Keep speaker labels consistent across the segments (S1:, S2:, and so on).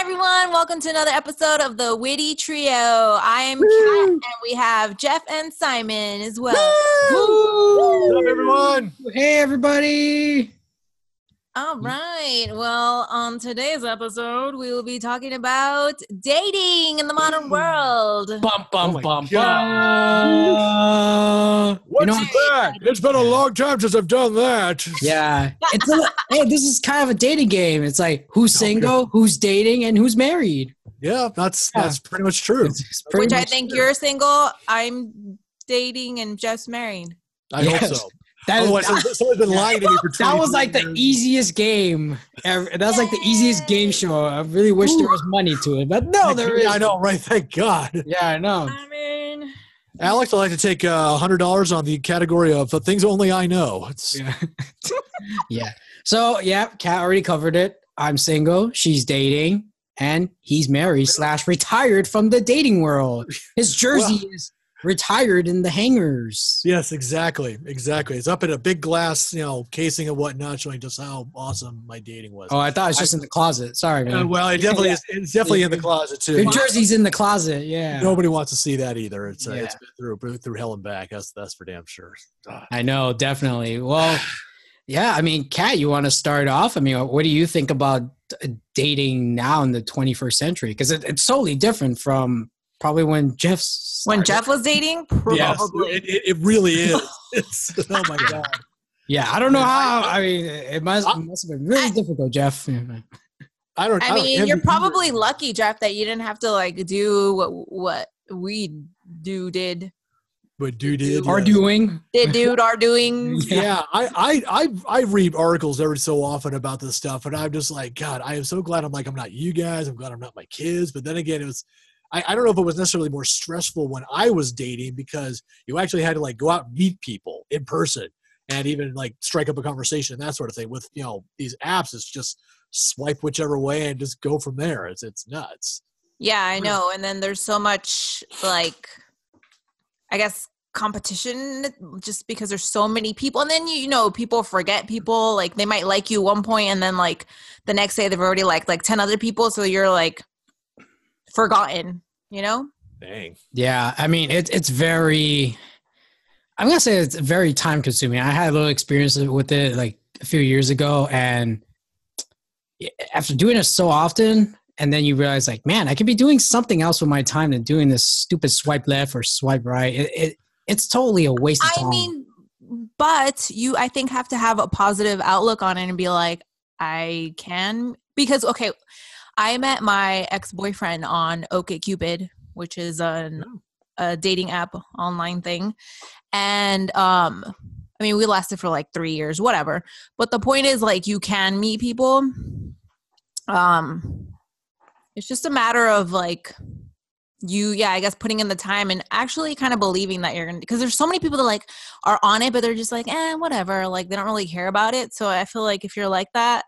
S1: everyone. Welcome to another episode of the Witty Trio. I am Kat, and we have Jeff and Simon as well.
S2: Woo!
S3: What up, everyone?
S2: Hey, everybody.
S1: All right. Well, on today's episode, we will be talking about dating in the modern world.
S4: Bum
S3: Oh
S4: bum
S3: my
S4: bum bum.
S2: Uh, you
S3: What's
S2: know,
S3: that? It's been a long time since I've done that.
S2: yeah. It's a, hey, this is kind of a dating game. It's like who's
S3: Okay.
S2: single, who's dating, and who's married.
S3: Yeah, that's
S2: Yeah.
S3: that's pretty much true.
S2: It's- it's pretty
S1: Which I
S2: much-
S1: think you're single, I'm dating, and Jeff's married.
S3: I hope
S2: Yes.
S3: so. Oh,
S2: that, is-
S3: Otherwise, someone- someone's been lying to me for 20
S2: that was like the
S3: years.
S2: easiest game. Ever. That was like the easiest game show. I really wish there was money to it, but no, there is.
S3: I know, right? Thank God.
S2: Yeah, I know.
S1: I mean,
S3: Alex, I'd like to take uh, $100 on the category of the things only I know. It's,
S2: Yeah. yeah. So yeah, Kat already covered it. I'm single. She's dating, and he's married slash retired from the dating world. His jersey is retired in the hangers.
S3: Yes, exactly. Exactly. It's up in a big glass, you know, casing and whatnot, showing just how awesome my dating was.
S2: Oh, I thought it was just in the closet. Sorry,
S3: Uh,
S2: man.
S3: well, it definitely is. It's definitely in the closet, too.
S2: Your jersey's in the closet. Yeah.
S3: Nobody wants to see that either. It's, uh,
S2: Yeah.
S3: it's been through, through hell and back. That's, that's for damn sure.
S2: I know, definitely. Well, yeah. I mean, Kat, you want to start off? I mean, what do you think about uh, dating now in the 21st century? Because it, it's totally different from probably when Jeff's
S1: when
S2: started.
S1: Jeff was dating,
S3: Yes,
S1: probably.
S3: it, it, it really is. It's, oh my god!
S2: Yeah, I don't know how. I mean, it must, it must have been really difficult, Jeff.
S3: I don't.
S1: I
S3: don't
S1: mean,
S3: envy
S1: you're
S3: you.
S1: probably lucky, Jeff, that you didn't have to like do what what we do did
S3: But dude, did
S2: Or
S3: yeah.
S2: doing.
S1: did dude are doing.
S3: Yeah, I, I I I read articles every so often about this stuff, and I'm just like, God, I am so glad I'm like I'm not you guys. I'm glad I'm not my kids. But then again, it was. I, I don't know if it was necessarily more stressful when I was dating because you actually had to like go out and meet people in person and even like strike up a conversation and that sort of thing. With you know these apps, it's just swipe whichever way and just go from there. It's it's nuts.
S1: Yeah, I know. And then there's so much like, I guess competition just because there's so many people and then you, you know people forget people like they might like you one point and then like the next day they've already liked like 10 other people so you're like forgotten you know
S3: Dang.
S2: Yeah, I mean, it, it's very, I'm going to say it's very time consuming. I had a little experience with it like a few years ago. And after doing it so often, and then you realize, like, man, I could be doing something else with my time than doing this stupid swipe left or swipe right. It, it It's totally a waste of time.
S1: I mean, but you, I think, have to have a positive outlook on it and be like, I can. Because, okay, I met my ex boyfriend on OkCupid, which is an,
S2: Oh.
S1: a dating app online thing. And, um, I mean, we lasted for like three years, whatever. But the point is, like, you can meet people. Um, it's just a matter of like you yeah i guess putting in the time and actually kind of believing that you're gonna because there's so many people that like are on it but they're just like eh whatever like they don't really care about it so i feel like if you're like that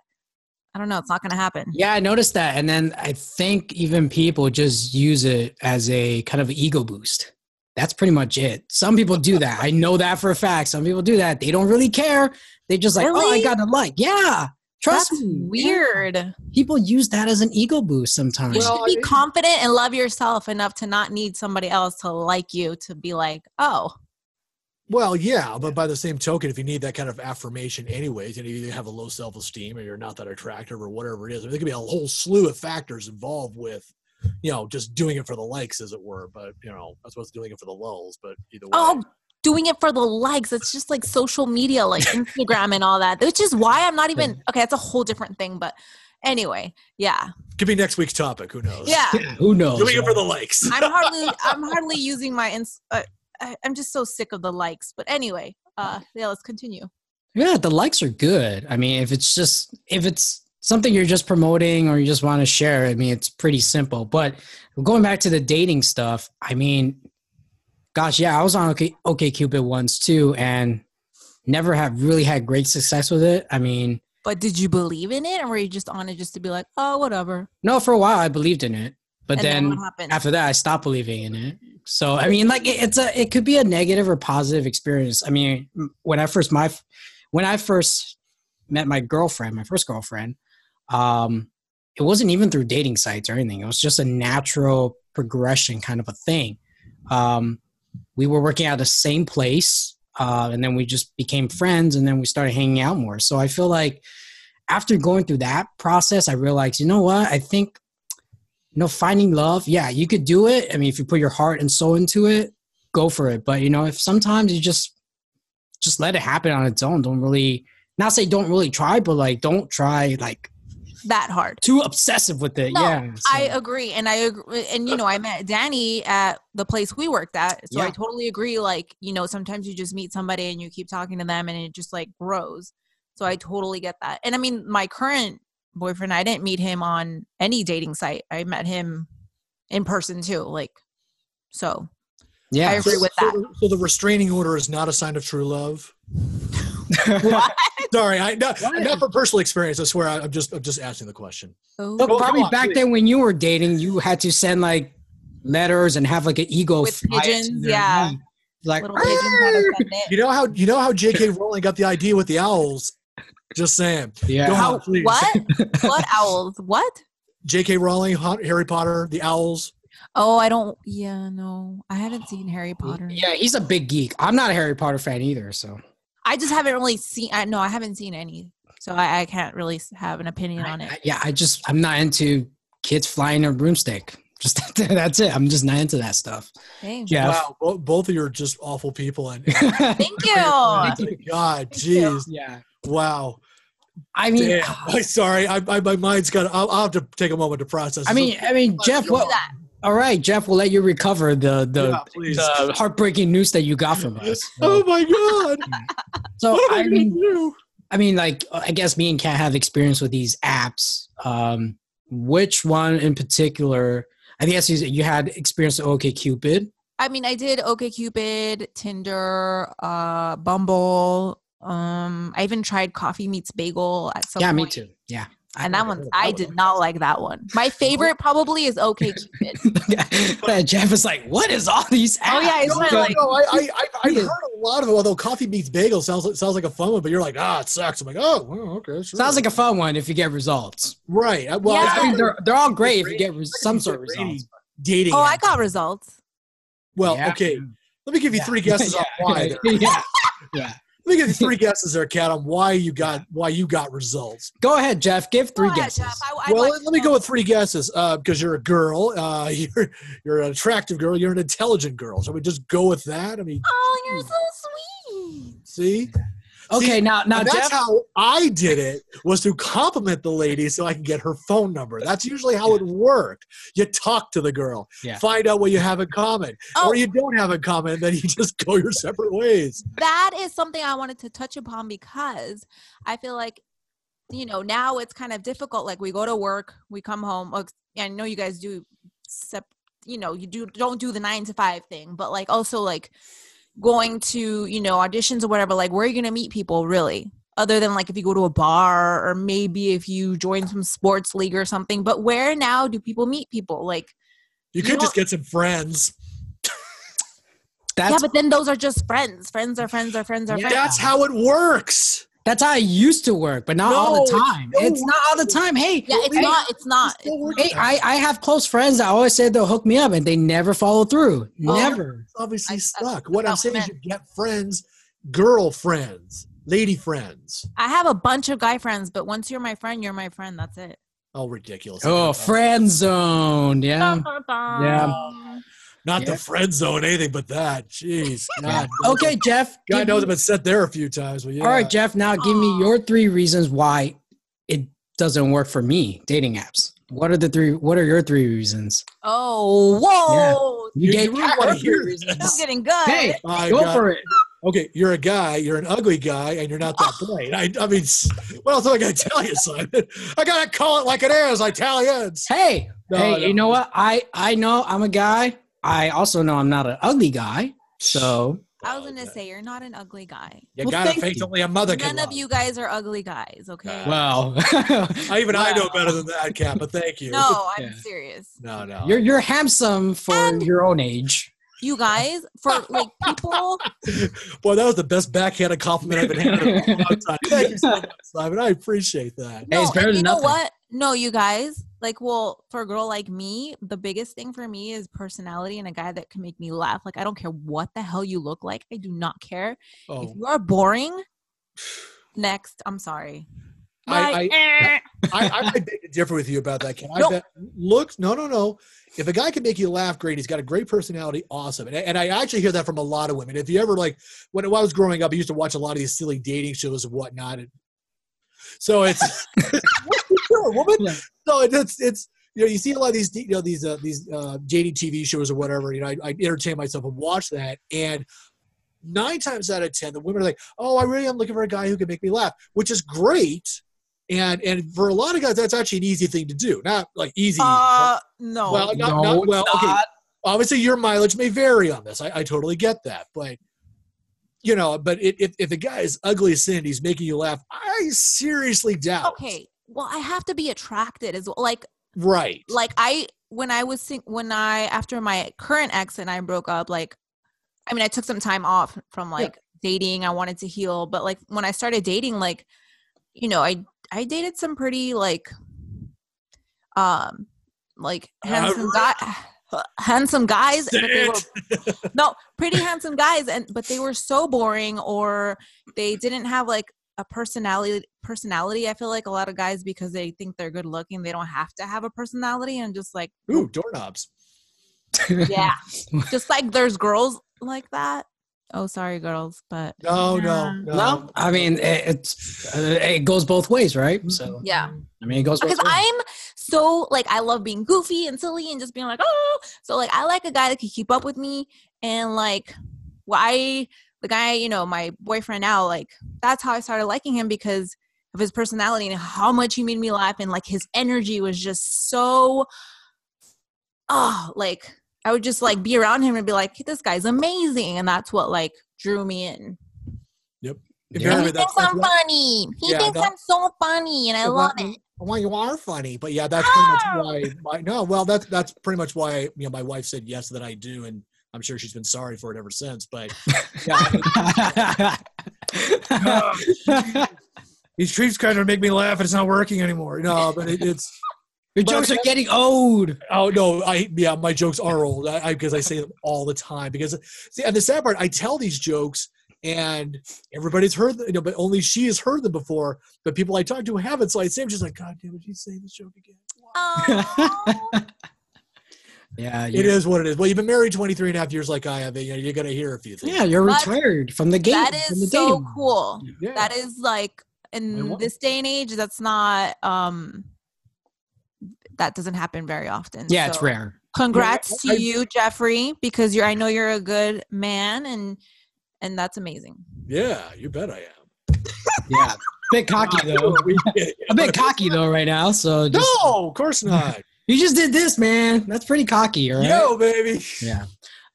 S1: i don't know it's not gonna happen
S2: Yeah, I noticed that. And then I think even people just use it as a kind of ego boost. That's pretty much it. Some people do that. I know that for a fact. Some people do that. They don't really care. They just like, oh, I
S1: Really?
S2: got a like. Yeah. Trust
S1: That's
S2: me. Yeah.
S1: weird
S2: People use that as an ego boost
S1: you
S2: sometimes.
S3: Well,
S1: should be
S3: I-
S1: confident and love yourself enough to not need somebody else to like you to be like oh
S3: Well, yeah, but by the same token, if you need that kind of affirmation, anyways, and you either have a low self esteem or you're not that attractive or whatever it is, I mean, there could be a whole slew of factors involved with, you know, just doing it for the likes, as it were. But you know, I suppose doing it for the lulls. But either way,
S1: oh doing it for the likes it's just like social media like instagram and all that which is why i'm not even okay that's a whole different thing but anyway yeah
S3: could be next week's topic. Who knows?
S1: yeah
S2: Who knows?
S3: doing it for
S2: right?
S3: the likes.
S1: I'm hardly I'm hardly using my ins- uh, I, I'm just so sick of the likes. But anyway, uh, yeah, let's continue.
S2: Yeah, the likes are good. I mean, if it's just if it's something you're just promoting or you just want to share, I mean, it's pretty simple. But going back to the dating stuff, I mean, gosh, yeah, I was on OK OK Cupid once too, and never have really had great success with it. I mean,
S1: But did you believe in it, or were you just on it just to be like, oh, whatever?
S2: no, for a while I believed in it, but
S1: and
S2: then
S1: what happened?
S2: after that i stopped believing in it so i mean like it, it's a it could be a negative or positive experience i mean m- when i first my when i first met my girlfriend my first girlfriend um it wasn't even through dating sites or anything. It was just a natural progression kind of a thing. Um, we were working at the same place, uh, and then we just became friends, and then we started hanging out more. So I feel like after going through that process, I realized, you know what? I think, you know, finding love, yeah, you could do it. I mean, if you put your heart and soul into it, go for it. But you know, if sometimes you just just let it happen on its own. Don't really not say don't really try, but like don't try like
S1: that hard.
S2: too obsessive with it.
S1: No,
S2: yeah. so-
S1: I agree, and I agree, and you know, I met Danny at the place we worked at, so I
S2: Yeah.
S1: totally agree. Like, you know, sometimes you just meet somebody and you keep talking to them, and it just like grows. So I totally get that. And I mean, my current boyfriend, I didn't meet him on any dating site. I met him in person too. Like, so
S2: yeah.
S1: I agree with that.
S3: So, so the restraining order is not a sign of true love.
S1: What?
S3: Sorry, I not,
S2: What?
S3: not for personal experience. I swear, I, I'm just I'm just asking the question.
S1: Oh,
S2: but
S3: Well,
S2: probably
S3: come on,
S2: back
S3: please.
S2: then when you were dating, you had to send like letters and have like an ego
S1: With
S2: fly to
S1: pigeons,
S2: their
S1: yeah.
S2: room. Like
S1: little pigeons had to send it.
S3: You know how you know how J.K. Rowling got the idea with the owls. Just saying.
S2: yeah.
S3: Go on,
S1: How,
S3: please.
S1: what? what owls? What?
S3: J.K. Rowling, Hot- Harry Potter, the owls.
S1: Oh, I don't. Yeah, no, I haven't seen Harry Potter.
S2: Yeah, he's a big geek. I'm not a Harry Potter fan either, so
S1: I just haven't really seen. I no, I haven't seen any, so I, I can't really s- have an opinion on it.
S2: I- yeah, I just I'm not into kids flying a broomstick. Just that's it. I'm just not into that stuff.
S1: Hey.
S2: Yeah.
S3: Wow, bo- both of you are just awful people. And
S1: Thank you.
S3: God, jeez,
S2: yeah.
S3: wow.
S2: I mean, uh,
S3: Damn. I'm sorry, I, I, my mind's got. I'll, I'll have to take a moment to process.
S2: I mean, I mean, Jeff. What, all right, Jeff. We'll let you recover the the,
S3: Yeah, please.
S2: the heartbreaking news that you got from us.
S3: oh
S2: So,
S3: my God,
S2: so
S3: what am I,
S2: I
S3: gonna
S2: mean,
S3: do?
S2: I mean, like, uh, I guess me and Kat have experience with these apps. Um, which one in particular? I guess you, you had experience with OKCupid.
S1: I mean, I did OkCupid, Tinder, uh, Bumble. Um, I even tried Coffee Meets Bagel at some
S2: Yeah, me
S1: point.
S2: too. Yeah,
S1: And that one,
S3: that
S1: I
S3: one.
S1: did not like that one. My favorite probably is OkCupid.
S2: Yeah, Jeff is like, what is all these apps?
S1: Oh, yeah, it's
S3: No,
S1: not
S3: no,
S1: like
S3: no, I, I, I, I've
S2: Yeah.
S3: heard a lot of it. Although coffee meets bagel sounds like, sounds like a fun one, but you're like, ah, it sucks. I'm like, oh, well, okay, sure.
S2: sounds like a fun one if you get results.
S3: right. I- Well,
S1: Yeah.
S2: I
S3: I
S2: mean,
S3: mean,
S2: they're they're all great if you get res- some sort of
S3: Rating.
S2: results.
S3: dating.
S1: oh, I
S3: app.
S1: got results.
S3: Well,
S2: Yeah.
S3: okay. Let me give you
S2: Yeah.
S3: three guesses on why. there.
S2: yeah, yeah.
S3: Let me give you three guesses there, Kat, on why you got why you got results.
S2: Go ahead, Jeff. Give three
S1: Go ahead,
S2: guesses.
S1: Jeff. I- I'd
S3: well,
S1: like
S3: let,
S1: to
S3: let me
S1: know.
S3: go with three guesses because you're a girl. Uh, you're you're an attractive girl. You're an intelligent girl. So we just go with that. I mean,
S1: Oh, you're so sweet.
S3: see,
S2: okay,
S3: See,
S2: now now
S3: And that's
S2: Jeff.
S3: how I did it was to compliment the lady so I can get her phone number. That's usually how it worked. You talk to the girl,
S2: Yeah.
S3: find out what you have in common,
S1: Oh.
S3: or you don't have in common, and then you just go your separate ways.
S1: that is something I wanted to touch upon because I feel like, you know, now it's kind of difficult. Like we go to work, we come home. oh, I know you guys do, sep- you know, you do don't do the nine to five thing, but like also like going to you know auditions or whatever. Like where are you gonna meet people really? Other than like if you go to a bar or maybe if you join some sports league or something, but where now do people meet people? Like
S3: You
S1: You
S3: could
S1: know-
S3: just get some friends.
S2: That's
S1: yeah, but then those are just friends. Friends are friends are friends are
S2: Yeah.
S1: friends.
S3: That's how it works.
S2: that's how I used to work, but not all the
S3: No,
S2: time.
S3: no
S2: It's not all the time. Hey,
S1: Yeah, it's
S2: hey,
S1: not. It's not.
S3: It still works.
S2: Hey, I, I have close friends that always said they'll hook me up, and they never follow through.
S1: Oh.
S2: Never.
S3: It's obviously
S1: I- I-
S3: stuck. What
S1: I
S3: I'm saying is,
S1: meant-
S3: you get friends, girlfriends, lady friends.
S1: I have a bunch of guy friends, but once you're my friend, you're my friend. That's it.
S3: Oh, ridiculous!
S2: Oh, friend zone. Yeah.
S1: Yeah.
S3: Not
S2: Um, Yeah.
S3: the friend zone, anything but that. Jeez. God,
S2: Okay, Jeff.
S3: God
S2: give
S3: knows I've
S2: me-
S3: been set there a few times, but yeah.
S2: All right, Jeff. Now give me
S1: Aw.
S2: your three reasons why it doesn't work for me. Dating apps. What are the three? What are your three reasons?
S1: Oh, whoa.
S2: You,
S3: You-
S2: gave
S3: you really wanna
S2: her three
S3: hear
S2: reasons.
S1: This is getting good.
S2: Hey,
S3: My
S2: go
S3: God.
S2: for it.
S3: Okay, you're a guy, you're an ugly guy, and you're not that bright. I, I mean, s- what else am I going to tell you, Simon? I got to call it like it is, Italians.
S2: Hey,
S3: No,
S2: hey.
S3: no.
S2: You know what? I I know I'm a guy. I also know I'm not an ugly guy. So
S1: I was going to say, you're not an ugly guy.
S3: Oh, You
S2: Well,
S3: got a
S2: thank
S3: face
S2: you.
S3: only a mother can
S1: None of
S3: love.
S1: you guys are ugly guys, okay?
S3: Uh,
S2: well,
S3: I, even I know
S2: Wow.
S3: better than that, Cat, but thank you.
S1: no, I'm
S2: Yeah.
S1: serious.
S3: no, no.
S2: You're you're handsome for
S1: And-
S2: your own age.
S1: you guys, for like people.
S3: Boy, that was the best backhanded compliment I've been handed in a long time. Thank you so much, Simon. I appreciate that.
S2: Hey, it's better
S1: and
S2: than
S1: you know
S2: nothing.
S1: what? No, you guys, like, well, for a girl like me, the biggest thing for me is personality and a guy that can make me laugh. Like, I don't care what the hell you look like. I do not care. If
S3: Oh,
S1: you are boring, next. I'm sorry.
S3: I,
S1: Like,
S3: I,
S1: eh.
S3: I, I might beg to differ with you about that, Ken. I
S1: Nope.
S3: bet, look, no, no, no. If a guy can make you laugh, great. He's got a great personality, awesome. And, I- and I actually hear that from a lot of women. If you ever like, when, when I was growing up, I used to watch a lot of these silly dating shows and whatnot. And, so it's what you doing, woman.
S2: Yeah.
S3: So it- it's it's you know you see a lot of these you know these uh, these uh, JD TV shows or whatever. You know, I, I entertain myself and watch that and. Nine times out of ten, the women are like, "Oh, I really am looking for a guy who can make me laugh," which is great, and and for a lot of guys, that's actually an easy thing to do. Not like easy.
S1: Uh, no.
S3: well, not,
S2: No,
S3: not,
S2: it's
S3: well, okay.
S2: not.
S3: Obviously, your mileage may vary on this. I, I totally get that, but you know, but it, if if a guy is ugly as sin, he's making you laugh. I seriously doubt.
S1: okay. Well, I have to be attracted as well. Like,
S3: Right.
S1: like I when I was sing- when I after my current ex and I broke up, like I mean I took some time off from like dating. I wanted to heal, but like when I started dating, like you know I I dated some pretty like um like handsome guy handsome guys but they were no pretty handsome guys and but they were so boring or they didn't have like a personality personality i feel like a lot of guys because they think they're good looking they don't have to have a personality and just like
S3: Ooh, doorknobs.
S1: yeah just like there's girls like that oh sorry girls but
S3: No, no, no.
S2: No, I mean it, it's uh, it goes both ways, right? So
S1: Mm-hmm. yeah
S2: I mean it goes both
S1: because
S2: ways.
S1: i'm so like i love being goofy and silly and just being like oh so like i like a guy that can keep up with me and like why the guy you know my boyfriend now like that's how i started liking him because of his personality and how much he made me laugh and like his energy was just so oh like i would just like be around him and be like this guy's amazing and that's what like drew me in
S3: If
S2: Yeah.
S1: and he
S3: you're- that's-
S1: thinks
S3: that's
S1: i'm
S3: what-
S1: funny he
S3: Yeah,
S1: thinks
S3: that-
S1: i'm so funny and i love it Ah!
S3: Well, you are funny, but yeah, that's
S1: Ow!
S3: pretty much why. My, no, well, that's that's pretty much why you know my wife said yes that I do, and I'm sure she's been sorry for it ever since. But yeah, these treats kind of make me laugh, and it's not working anymore. No, but it, it's
S2: Your jokes are getting old.
S3: Oh no, I yeah, my jokes are old. I because I, say them all the time. Because see, and the sad part, I tell these jokes and everybody's heard them, you know, but only she has heard them before. But people I talk to haven't. So I say, I'm just like, God damn it, she's saying this joke again.
S1: Oh.
S2: Yeah,
S3: It
S2: you're,
S3: is what it is. Well, you've been married 23 and a half years like I have. You know, you're gonna hear a few things.
S2: yeah, you're
S1: But
S2: retired from the game.
S1: that
S2: from the
S1: is so
S2: dating.
S1: cool
S3: Yeah.
S1: that is like in
S3: won't.
S1: this day and age that's not um that doesn't happen very often
S2: Yeah, it's
S1: So
S2: rare.
S1: congrats
S3: I-
S1: to you jeffrey because you're i know you're a good man and and that's amazing
S3: yeah, you bet I am.
S2: Yeah, bit cocky though. A bit cocky though right now. So just,
S3: No, of course not.
S2: you just did this, man. That's pretty cocky, all right?
S3: Yo, baby.
S2: Yeah.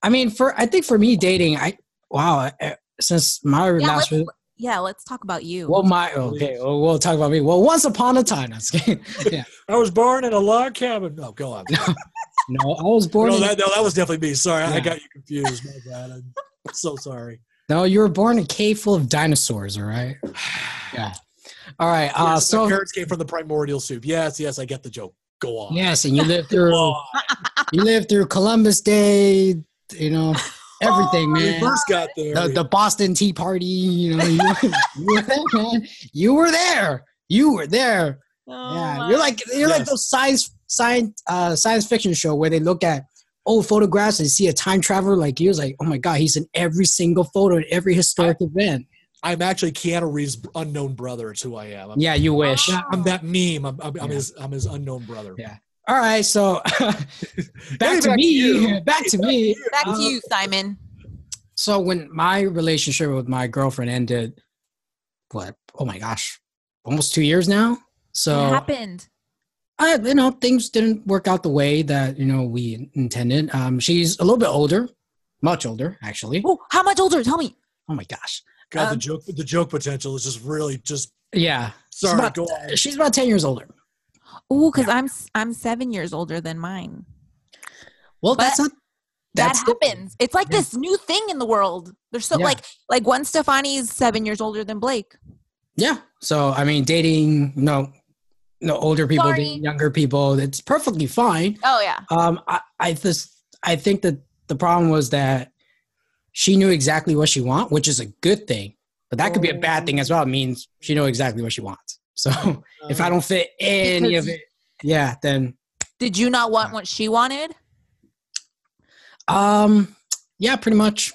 S2: I mean, for I think for me dating, I wow. eh, Since my last,
S1: let's-
S2: re-
S1: yeah let's talk about you
S2: well, my okay, well, we'll talk about me. Well, once upon a time, I'm just kidding. yeah.
S3: I was born in a log cabin. No, go on.
S2: No, I was born.
S3: No,
S2: in-
S3: that, no, that was definitely me. Sorry, I
S2: Yeah.
S3: got you confused. My bad. I'm so sorry.
S2: no, you were born in a cave full of dinosaurs. All right. Yeah. All right. Uh,
S3: Yes, my
S2: so
S3: parents came from the primordial soup. Yes, yes, I get the joke. Go on.
S2: yes, and you lived
S3: Go
S2: through
S3: on.
S2: you lived through Columbus Day. You know everything,
S3: We
S2: man.
S3: first got there.
S2: The, the Boston Tea Party. You know, you, you were there, man. You were there. You were there.
S1: Oh
S2: Yeah,
S1: my-
S2: you're like you're like
S3: Yes.
S2: those science science uh, science fiction show where they look at old photographs and see a time traveler. Like he was like, oh my god, he's in every single photo in every historic event.
S3: I'm actually Keanu Reeves' unknown brother. It's who I am. I'm,
S2: Yeah, you wish.
S1: Oh.
S3: I'm that meme. I'm, I'm,
S2: Yeah.
S3: I'm his. I'm his unknown brother.
S2: Yeah. All right, so
S3: Hey,
S2: back to
S3: back
S2: me.
S3: you.
S2: Back to me.
S1: back to you simon
S2: So when my relationship with my girlfriend ended, what? Oh my gosh, almost two years now.
S1: what
S2: So
S1: happened
S2: I, you know, things didn't work out the way that you know we intended. Um, she's a little bit older, much older actually.
S1: oh how much older tell me
S2: Oh my gosh.
S3: God, the
S2: Um,
S3: joke. The joke potential is just really just.
S2: Yeah.
S3: Sorry.
S2: about-
S3: go on.
S2: She's about 10 years older.
S1: oh because i'm s- i'm seven years older than mine
S2: Well,
S1: But-
S2: that's not
S1: that
S2: That's it.
S1: happens. It's like
S2: Yeah.
S1: this new thing in the world. There's so
S2: Yeah.
S1: like like Gwen Stefani is seven years older than Blake.
S2: Yeah. So I mean, dating no, no older people,
S1: Sorry.
S2: dating younger people. It's perfectly fine.
S1: Oh yeah.
S2: Um, I I just I think that the problem was that she knew exactly what she want, which is a good thing, but that could be a
S1: Oh.
S2: bad thing as well. It means she know exactly what she wants. So if I don't fit any
S1: Because-
S2: of it, yeah, then
S1: Did you not want what she wanted?
S2: um, yeah, pretty much,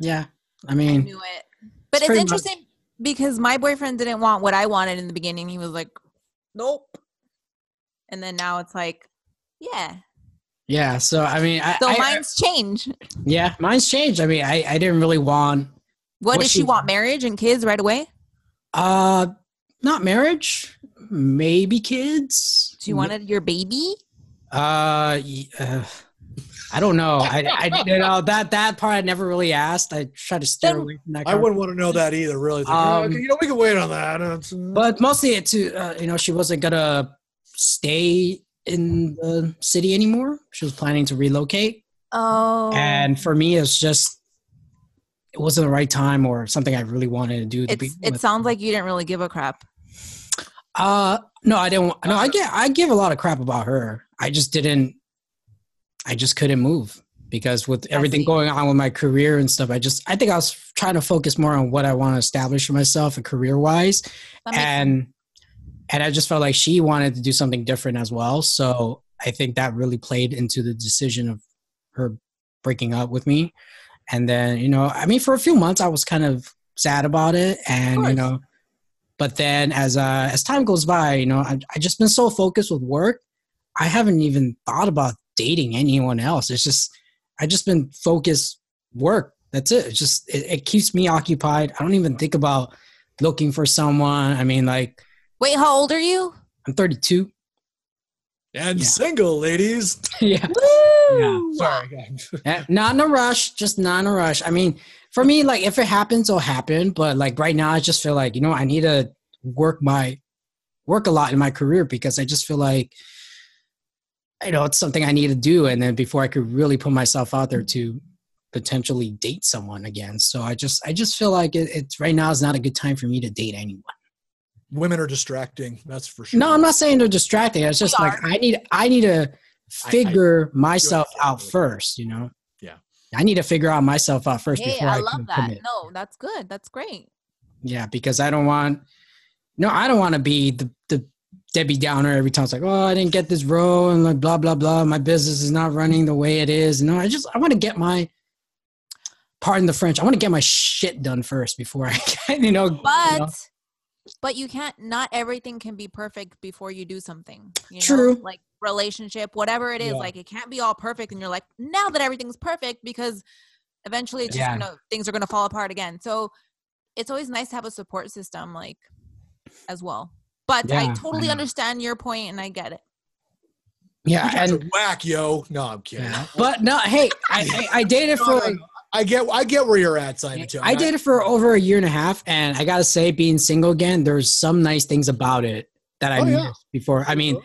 S2: yeah. I
S1: I
S2: mean,
S1: knew it. But it's
S2: pretty
S1: interesting because my boyfriend didn't want what I wanted in the beginning. He was like, Nope. And then now it's like, yeah.
S2: yeah. So I mean, I,
S1: So
S2: I-
S1: mine's change.
S2: yeah, mine's changed. I mean, I I didn't really want
S1: What
S2: what
S1: does she
S2: she-
S1: want? Marriage and kids right away?
S2: Uh, not marriage. Maybe kids.
S1: She wanted your baby?
S2: Uh, y- uh I don't know. I, I you know that that part I never really asked. I try to steer
S1: Then-
S2: away from that.
S3: I
S2: conversation.
S3: wouldn't want to know that either, really. It's like, oh,
S2: Um,
S3: okay, you know, we can wait on that. It's, uh,
S2: But mostly it to uh, you know she wasn't gonna stay in the city anymore. She was planning to relocate,
S1: Oh.
S2: and for me, it's just it wasn't the right time or something I really wanted to do. To
S1: it's,
S2: begin
S1: it
S2: with.
S1: sounds like you didn't really give a crap.
S2: Uh, no, I didn't. No, I get. I give a lot of crap about her. I just didn't. I just couldn't move because with everything
S1: see.
S2: going on with my career and stuff, I just. I think I was trying to focus more on what I want to establish for myself and career wise,
S1: That makes
S2: and and I just felt like she wanted to do something different as well. So I think that really played into the decision of her breaking up with me. And then you know, I mean, for a few months, I was kind of sad about it, and you
S1: course.
S2: know, but then as uh, as time goes by, you know, I I just been so focused with work, I haven't even thought about dating anyone else. It's just I just been focused work. That's it. It's just it, it keeps me occupied. I don't even think about looking for someone. I mean, like
S1: Wait, how old are you?
S2: I'm 32.
S3: and
S2: yeah.
S3: single, ladies.
S2: yeah.
S1: Woo!
S3: Sorry, guys.
S2: Eh, Not in a rush, just not in a rush. I mean, for me, like if it happens, it'll happen. But like right now, I just feel like you know I need to work my work a lot in my career because I just feel like you know it's something I need to do, and then before I could really put myself out there to potentially date someone again. So I just I just feel like it, it's right now is not a good time for me to date anyone.
S3: Women are distracting. That's for sure.
S2: No, I'm not saying they're distracting. It's just
S1: We
S2: like I need I need to figure myself
S3: you're-
S2: out first, you know.
S3: Yeah.
S2: I need to figure out myself out first
S1: Hey,
S2: before I,
S1: I love
S2: can
S1: that.
S2: commit.
S1: No, that's good. That's great.
S2: Yeah, because I don't want no, I don't want to be the the Debbie Downer every time it's like, oh, I didn't get this role and like blah blah blah. My business is not running the way it is. No, I just I want to get my pardon the French. I want to get my shit done first before I can, you know. you
S1: But
S2: know.
S1: but you can't not everything can be perfect before you do something. You know?
S2: True.
S1: Like relationship, whatever it is,
S2: Yeah.
S1: like it can't be all perfect and you're like, now that everything's perfect because eventually it's just
S2: Yeah.
S1: gonna things are gonna fall apart again. So it's always nice to have a support system like as well. But
S2: Yeah,
S1: I
S2: I
S1: totally
S2: know.
S1: understand your point and I get it.
S2: yeah,
S3: Guys
S2: and
S3: are whack, yo. No, I'm kidding.
S2: yeah. but no, hey, I, I, I dated
S3: No,
S2: for
S3: no,
S2: like
S3: I get, I get where you're at, Simon. Too.
S2: I did it for over a year and a half, and I gotta say, being single again, there's some nice things about it that I
S3: Oh, yeah.
S2: missed before. I mean,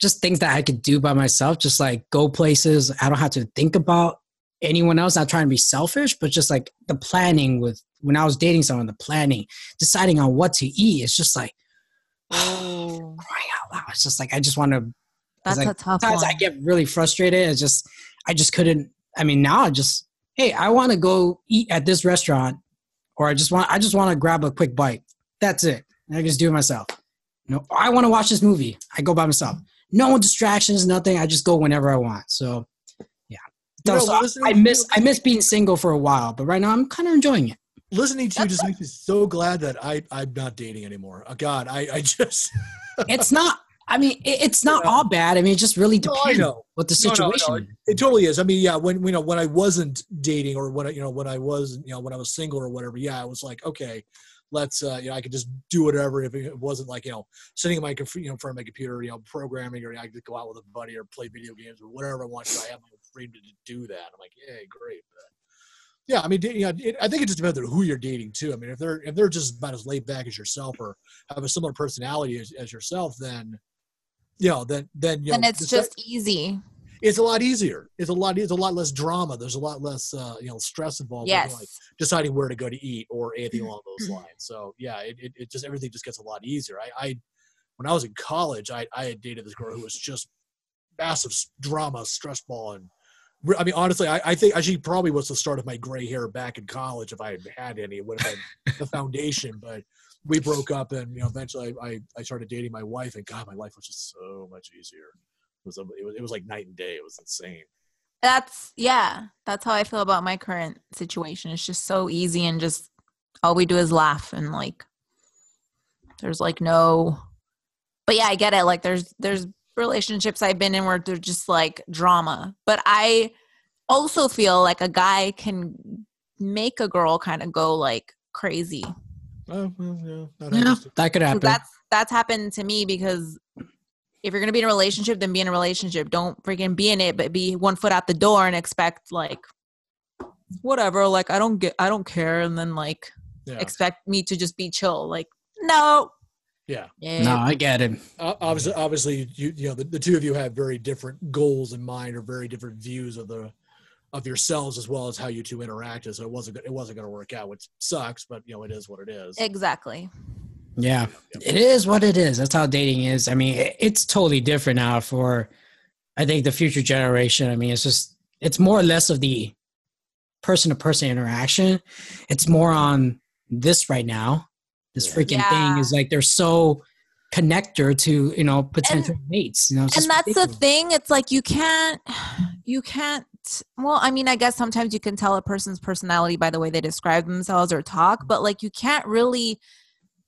S2: just things that I could do by myself, just like go places. I don't have to think about anyone else. Not trying to be selfish, but just like the planning with when I was dating someone, the planning, deciding on what to eat. It's just like
S1: Oh
S2: crying out loud. It's just like I just want to.
S1: that's
S2: like,
S1: a tough
S2: Sometimes
S1: one.
S2: I get really frustrated. It's just I just couldn't. I mean, now I just hey, I want to go eat at this restaurant, or I just want I just want to grab a quick bite. That's it. And I just do it myself. You know, I want to watch this movie. I go by myself. No distractions, nothing. I just go whenever I want. So, yeah.
S3: You know,
S2: So,
S3: listening
S2: I
S3: to
S2: miss
S3: you-
S2: I miss being single for a while, but right now I'm kind of enjoying it.
S3: listening to you just makes me so glad that I I'm not dating anymore. Oh, God, I I just
S2: It's not. I mean, it, it's not all bad. I mean, it just really
S3: No, I
S2: depends
S3: know.
S2: what the
S3: No, no, no,
S2: situation is.
S3: It totally is. I mean, yeah, when you know when I wasn't dating or when I, you know when I was you know when I was single or whatever, yeah, I was like, okay, let's uh, you know I could just do whatever if it wasn't like you know sitting in my conf- you know in front of my computer, you know, programming or I could go out with a buddy or play video games or whatever I want to. I have my freedom to do that. I'm like, yeah, great. But, yeah, I mean, da- yeah, it, I think it just depends on who you're dating too. I mean, if they're if they're just about as laid back as yourself or have a similar personality as, as yourself, then you know, then then you
S1: then
S3: know,
S1: it's
S3: decide-
S1: just easy.
S3: it's a lot easier. It's a lot. It's a lot less drama. There's a lot less uh, you know stress involved. with, like,
S1: Yes.
S3: deciding where to go to eat or anything along those lines. So yeah, it, it, it just everything just gets a lot easier. I, I when I was in college, I, I had dated this girl who was just massive s- drama, stress ball, and re- I mean honestly, I, I think I- she probably was the start of my gray hair back in college if I had had any. It would have been the foundation, but we broke up, and you know eventually I, I, I started dating my wife, and God, my life was just so much easier. It was, it was it was like night and day. It was insane.
S1: That's yeah. That's how I feel about my current situation. It's just so easy and just all we do is laugh and like there's like no but yeah, I get it. Like there's there's relationships I've been in where they're just like drama. But I also feel like a guy can make a girl kind of go like crazy.
S3: Oh, well, yeah, not
S2: Yeah,
S3: understood.
S2: that could
S1: 'Cause
S2: happen.
S1: That's that's happened to me because if you're gonna be in a relationship, then be in a relationship. Don't freaking be in it, but be one foot out the door and expect like whatever. Like I don't get, I don't care, and then like
S3: yeah.
S1: expect me to just be chill. Like no,
S3: yeah.
S1: yeah,
S2: No, I get it.
S3: Uh, obviously, obviously, you you know the, the two of you have very different goals in mind or very different views of the of yourselves as well as how you two interacted. So it wasn't go- it wasn't going to work out, which sucks, but you know it is what it is.
S1: exactly.
S2: Yeah, it is what it is. That's how dating is. I mean, it- it's totally different now for, I think, the future generation. I mean, it's just, it's more or less of the person to person interaction. It's more on this right now. This
S3: Yeah.
S2: freaking
S1: Yeah.
S2: thing is like they're so connector to, you know, potential mates. You know, it's
S1: and
S2: just
S1: that's the
S2: ridiculous.
S1: thing it's like you can't you can't well i mean i guess sometimes you can tell a person's personality by the way they describe themselves or
S2: Mm-hmm.
S1: talk but like you can't really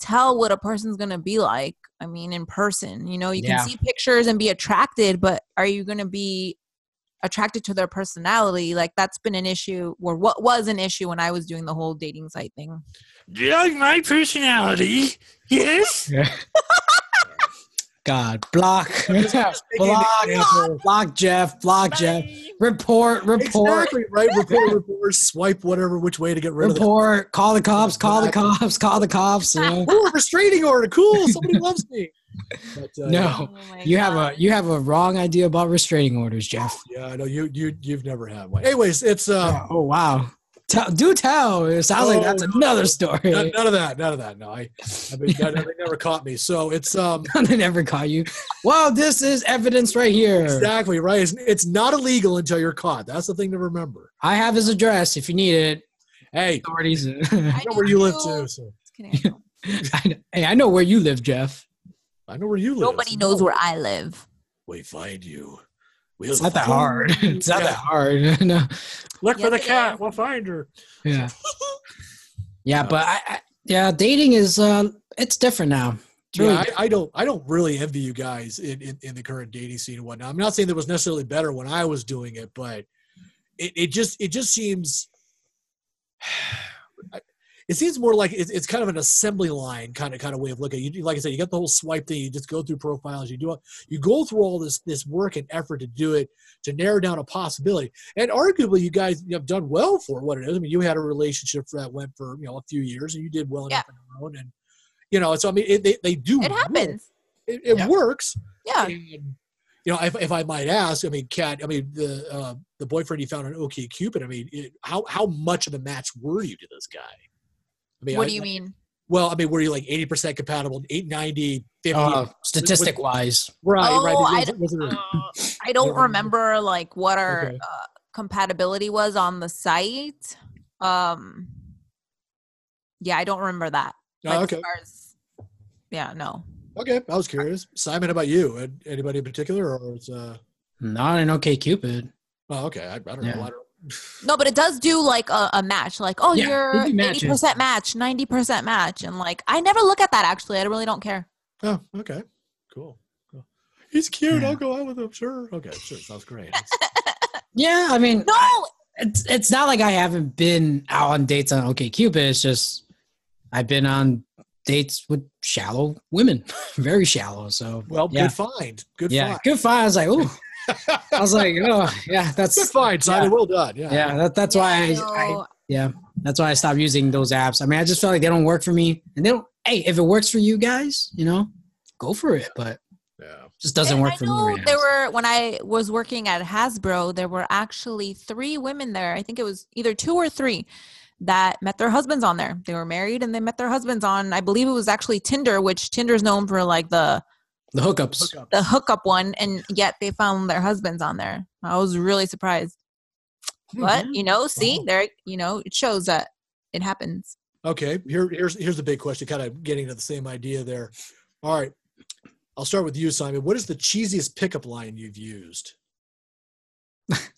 S1: tell what a person's going to be like i mean in person you know you
S2: Yeah.
S1: can see pictures and be attracted but are you going to be attracted to their personality like that's been an issue or what was an issue when i was doing the whole dating site thing
S4: Do you like my personality? Yes.
S2: God, block,
S3: Making an
S2: block,
S3: example.
S2: block Jeff, block Jeff, report, report.
S3: Exactly right. Report, report, swipe whatever which way to get rid of
S2: Report, call the cops, call the cops, call the cops. You know?
S3: that. Ooh, restraining order. Cool. Somebody loves me. But, uh,
S2: No.
S1: Oh my
S2: Oh, You have a
S1: God.
S2: you have a wrong idea about restraining orders, Jeff.
S3: Yeah, I know you you you've never had one. Anyways, it's uh
S2: oh wow. Tell, do tell. It sounds like that's
S3: Oh,
S2: another
S3: none,
S2: story.
S3: none of that. None of that. No, I I mean that, they never caught me. So it's um
S2: they never caught you. Well, this is evidence right here.
S3: exactly right. It's, it's not illegal until you're caught. That's the thing to remember.
S2: I have his address if you need it.
S3: Hey,
S2: Authorities.
S1: I
S2: hey,
S3: I know where you live too.
S1: knew-
S3: So
S1: Just kidding, I don't.
S2: I know where you live, Jeff.
S3: I know where you live.
S1: nobody knows where i live
S3: We find you. We'll
S2: It's not that
S3: find you.
S2: hard. It's not that hard. no.
S3: Look
S1: Yes,
S3: for the
S1: it
S3: cat.
S1: is.
S3: We'll find her.
S2: Yeah. Yeah, but I, I yeah, dating is uh it's different now. It's really
S3: Yeah, I, I don't. I don't really envy you guys in, in, in the current dating scene and whatnot. I'm not saying that was necessarily better when I was doing it, but it, it just it just seems it seems more like it's, it's kind of an assembly line kind of kind of way of looking. You like I said, you got the whole swipe thing. You just go through profiles. You do all- you go through all this this work and effort to do it to narrow down a possibility. And arguably, you guys have done well for what it is. I mean, you had a relationship that went for you know a few years, and you did well
S1: Yeah.
S3: enough on your own. And you know, so I mean, it, they they do
S1: it
S3: work.
S1: happens.
S3: It, it
S2: Yeah.
S3: works.
S1: Yeah.
S3: And, you know, if, if I might ask, I mean, Kat, I mean, the uh, the boyfriend you found on OK Cupid. I mean, it, how how much of a match were you to this guy? I mean,
S1: what
S3: I-
S1: do you mean?
S3: well, I mean, were you like 80% compatible, 890, 50?
S2: uh, statistic wise.
S3: right,
S1: Oh,
S3: right.
S1: I
S3: Was it- was it-
S1: I don't
S3: Yeah.
S1: remember like what our
S3: Okay.
S1: uh, compatibility was on the site. Um Yeah, I don't remember that.
S3: Oh,
S1: Like, as
S3: okay.
S1: far as- yeah, no.
S3: Okay. I was curious. Simon, how about you? An- Anybody in particular? Or it's, uh,
S2: Not an okay Cupid.
S3: oh, okay. I, I don't know.
S2: Yeah.
S3: I don't,
S1: No, but it does do like a, a match. Like, oh,
S2: Yeah,
S1: you're
S2: they do matches.
S1: 80% match, 90% match. And like, I never look at that actually. I really don't care.
S3: oh, okay. Cool. cool. He's cute.
S2: Yeah.
S3: I'll go out with him. Sure. Okay. Sure. Sounds great.
S2: Yeah, I mean
S1: No,
S2: it's it's not like I haven't been out on dates on OK Cupid. It's just I've been on dates with shallow women, very shallow. So
S3: well,
S2: yeah,
S3: good find. Good
S2: yeah,
S3: find.
S2: good find. I was like, oh, I was like, oh, yeah,
S3: Good
S2: that's
S3: find, Simon.
S2: Yeah.
S3: Well done. Yeah.
S2: yeah, that, that's why
S1: no.
S2: I, I yeah, that's why I stopped using those apps. I mean, I just felt like they don't work for me, and they don't. Hey, if it works for you guys, you know, go for it. But
S3: Yeah.
S2: Just doesn't
S1: And
S2: work
S1: I
S2: for me
S1: know
S2: right
S1: there
S2: now.
S1: were when I was working at Hasbro, there were actually three women there. I think it was either two or three that met their husbands on there. They were married and they met their husbands on. I believe it was actually Tinder, which Tinder's known for like the
S2: the hookups.
S3: Hookups.
S1: the hookup one, and yet they found their husbands on there. I was really surprised. But
S2: Mm-hmm.
S1: you know, see
S3: Wow.
S1: there, you know, it shows that it happens.
S3: Okay, here, here's here's the big question. Kind of getting to the same idea there. All right, I'll start with you, Simon. What is the cheesiest pickup line you've used?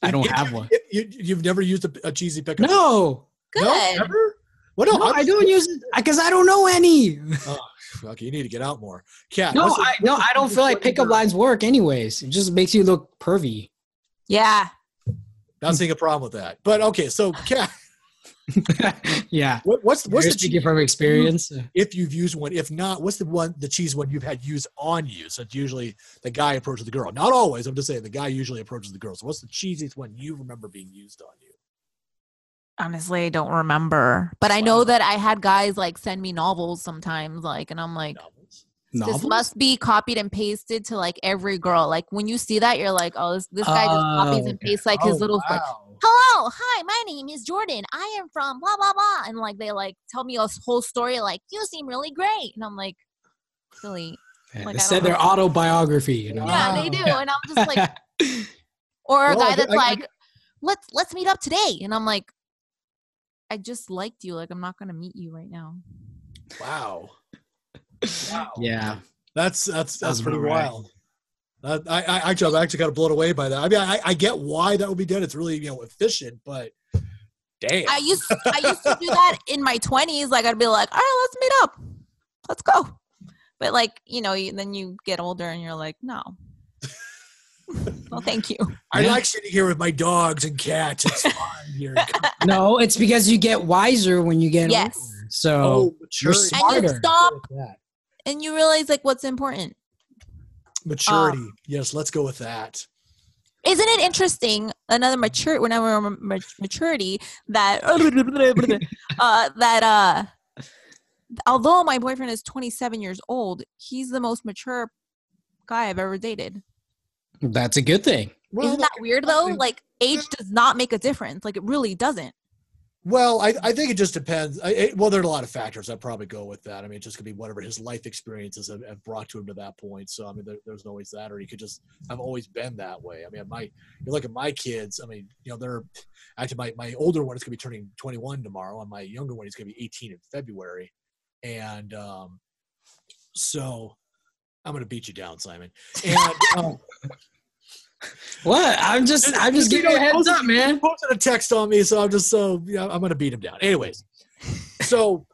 S2: I don't have one.
S3: If You, you've never used a, a cheesy pickup.
S2: No,
S1: Good.
S3: no, ever. What?
S2: no, I don't use it because I don't know any.
S3: Okay, you need to get out more. Cat.
S2: No, I no, I don't feel like pickup lines work. Anyways, it just makes you look pervy.
S1: Yeah.
S3: Not seeing a problem with that. But okay, so Cat,
S2: yeah,
S3: what, what's what's
S2: You're
S3: the
S2: speaking
S3: cheese,
S2: from experience?
S3: if you've used one? If not, what's the one the cheese one you've had used on you? So it's usually the guy approaches the girl. Not always. I'm just saying the guy usually approaches the girl. So what's the cheesiest one you remember being used on you?
S1: Honestly, I don't remember. But I know that I had guys like send me novels sometimes, like, and I'm like,
S3: Novels.
S1: this must be copied and pasted to like every girl. Like when you see that, you're like, oh, this, this guy just copies
S2: Oh,
S1: and pastes like his
S3: Oh,
S1: little. Like,
S3: wow.
S1: Hello, hi, my name is Jordan. I am from blah blah blah, and like they like tell me a s- whole story. Like you seem really great, and I'm like, really?
S2: Yeah,
S1: Like,
S2: they
S1: I
S2: said
S1: don't know.
S2: their autobiography. You know?
S1: Yeah, they do, and I'm just like, or a
S3: Well, I
S1: guy
S3: get-
S1: that's
S3: I- I
S1: like, let's let's meet up today, and I'm like, I just liked you. Like I'm not gonna meet you right now.
S3: Wow. Wow.
S2: yeah.
S3: That's that's that's
S2: Sounds
S3: pretty
S2: about right.
S3: wild. That, I, I actually I'm actually kind of blown away by that. I mean, I, I get why that would be done. It's really you know efficient, but damn.
S1: I used I used to do that in my twenties. Like I'd be like, all right, let's meet up, let's go. But like you know, you, then you get older and you're like, no, no, thank you.
S3: I
S2: Yeah.
S3: like sitting here with my dogs and cats. It's fun here.
S2: No, it's because you get wiser when you get
S1: Yes.
S2: older. Oh, So
S3: Oh, maturity.
S2: smart.
S1: And you
S2: Harder.
S1: stop
S3: That.
S1: and you realize like what's important.
S3: Maturity. yes, let's go with that.
S1: Isn't it interesting? Another mature, whenever we're ma- maturity that uh, that uh, although my boyfriend is 27 years old, he's the most mature guy I've ever dated.
S2: that's a good thing.
S1: Isn't that weird
S3: I
S1: though?
S3: think-
S1: Like age does not make a difference. Like it really doesn't.
S3: Well, I, I think it just depends. I, it- well, there are a lot of factors that probably go with that. I mean, it just could be whatever his life experiences have, have brought to him to that point. So, I mean, there, there's always that, or he could just have always been that way. I mean, my you look at my kids. I mean, you know, they're actually my my older one is going to be turning 21 tomorrow, and my younger one is going to be 18 in February. And um, so, I'm going to beat you down, Simon. And um,
S2: What? I'm just, I'm just giving you a heads up, man.
S3: posted a text on me, so I'm just so you know, I'm gonna beat him down. Anyways, so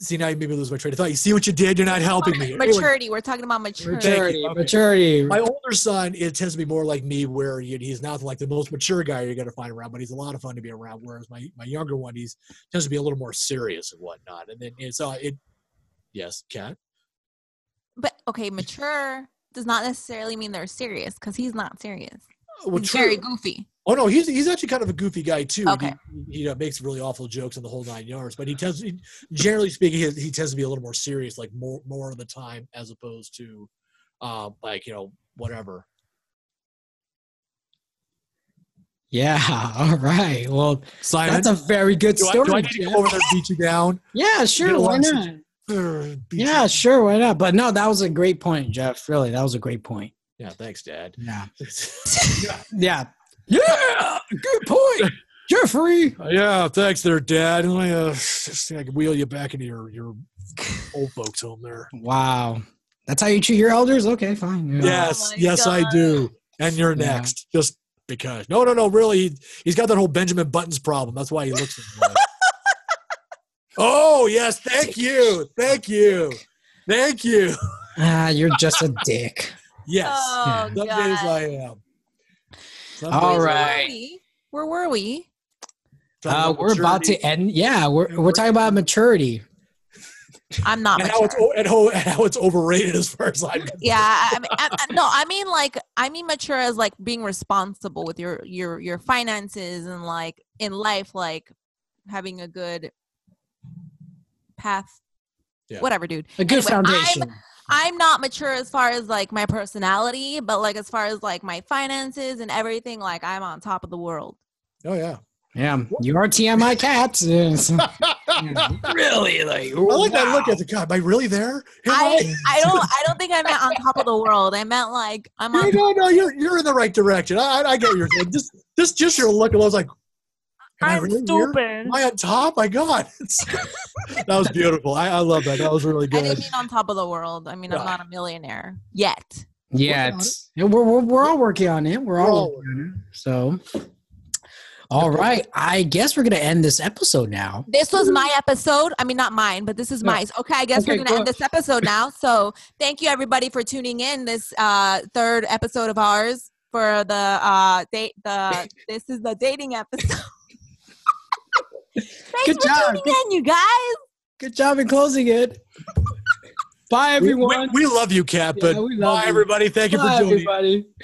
S3: see now you made me lose my train of thought. You see what you did? You're not helping me. Anyway,
S1: Maturity. We're talking about maturity.
S3: Thank you.
S2: Maturity,
S3: Okay.
S2: maturity.
S3: my older son it tends to be more like me, where you, he's not like the most mature guy you're gonna find around, but he's a lot of fun to be around. Whereas my my younger one, he's tends to be a little more serious and whatnot. And then and so it, yes, cat.
S1: But okay, mature does not necessarily mean they're serious because he's not serious.
S3: Well,
S1: he's
S3: true.
S1: very goofy.
S3: Oh no, he's he's actually kind of a goofy guy too.
S1: Okay.
S3: He, he, you know, makes really awful jokes and the whole nine yards, but he tends, he, generally speaking, he, he tends to be a little more serious, like more more of the time, as opposed to, uh, like you know, whatever.
S2: Yeah. All right. Well,
S3: Simon,
S2: that's a very good
S3: do, I,
S2: story.
S3: do I need to
S2: Jeff.
S3: go over there and beat you down?
S2: Yeah,
S3: Get
S2: sure.
S3: a
S2: Why
S3: license.
S2: not?
S3: Brr, beat you
S2: Yeah,
S3: down.
S2: sure. Why not? But no, that was a great point, Jeff. Really, that was a great point.
S3: Yeah. Thanks, Dad.
S2: Yeah.
S3: yeah.
S2: Yeah. Yeah. Good point, Jeffrey.
S3: Yeah. Thanks, there, Dad. Let me, uh, just think I can wheel you back into your your old folks home there.
S2: Wow. That's how you treat your elders? Okay, fine. Yeah.
S3: Yes,
S1: Oh my
S3: yes, I
S1: God.
S3: do. And you're
S2: Yeah.
S3: next, just because. No, no, no. Really, he, he's got that whole Benjamin Buttons problem. That's why he looks. That way. oh yes, thank you, thank you, thank you.
S2: Ah, you're just a dick.
S3: Yes,
S1: Oh
S3: some days I am. Some
S2: All
S3: days I-
S2: right.
S1: Where were we?
S2: Uh, we're about to
S3: Maturity.
S2: end. Yeah, we're, we're talking about maturity.
S1: I'm not
S3: And how
S1: mature.
S3: it's o- and how, and how it's overrated as far as I'm concerned.
S1: Yeah, I, I, I, no, I mean like I mean mature as like being responsible with your your your finances and like in life, like having a good path
S3: Yeah.
S1: whatever, dude.
S2: A good
S1: Anyway,
S2: foundation.
S1: I'm not mature as far as like my personality, but like as far as like my finances and everything, like I'm on top of the world.
S3: Oh yeah.
S2: yeah, you are TMI cats. Yes. really, like
S3: I like that
S2: wow.
S3: look at the God. Am I really there? Am
S1: I, I don't I don't think I meant on top of the world. I meant like I'm
S3: No,
S1: on
S3: no, no. You're you're in the right direction. I I I get your thing. Just just just your look. I was like, am I
S4: I'm
S3: really here?
S4: stupid.
S3: Am I on top? My God, It's- that was beautiful. I, I love that. That was really
S1: I
S3: good.
S1: didn't mean on top of the world. I mean I'm
S3: Yeah.
S1: not a millionaire yet.
S2: Yeah,
S3: Working on
S2: it's, yeah, we're, we're, we're all working on it. We're
S3: We're all
S2: all working on it. So, all right. I guess we're going to end this episode now.
S1: This was my episode. I mean not mine, but this is
S2: Yeah.
S1: mine. Okay, I guess
S2: Okay,
S1: we're
S2: go
S1: gonna end this episode now. So thank you everybody for tuning in this uh third episode of ours for the uh date the this is the dating episode. Thanks
S2: Good
S1: for
S2: job.
S1: tuning in, you guys.
S2: Good job in closing it. Bye,
S3: We,
S2: everyone.
S3: we, we love you, Cap.
S2: Yeah,
S3: But
S2: we love
S3: bye,
S2: you.
S3: everybody. Thank you
S2: Bye,
S3: for joining.
S2: everybody.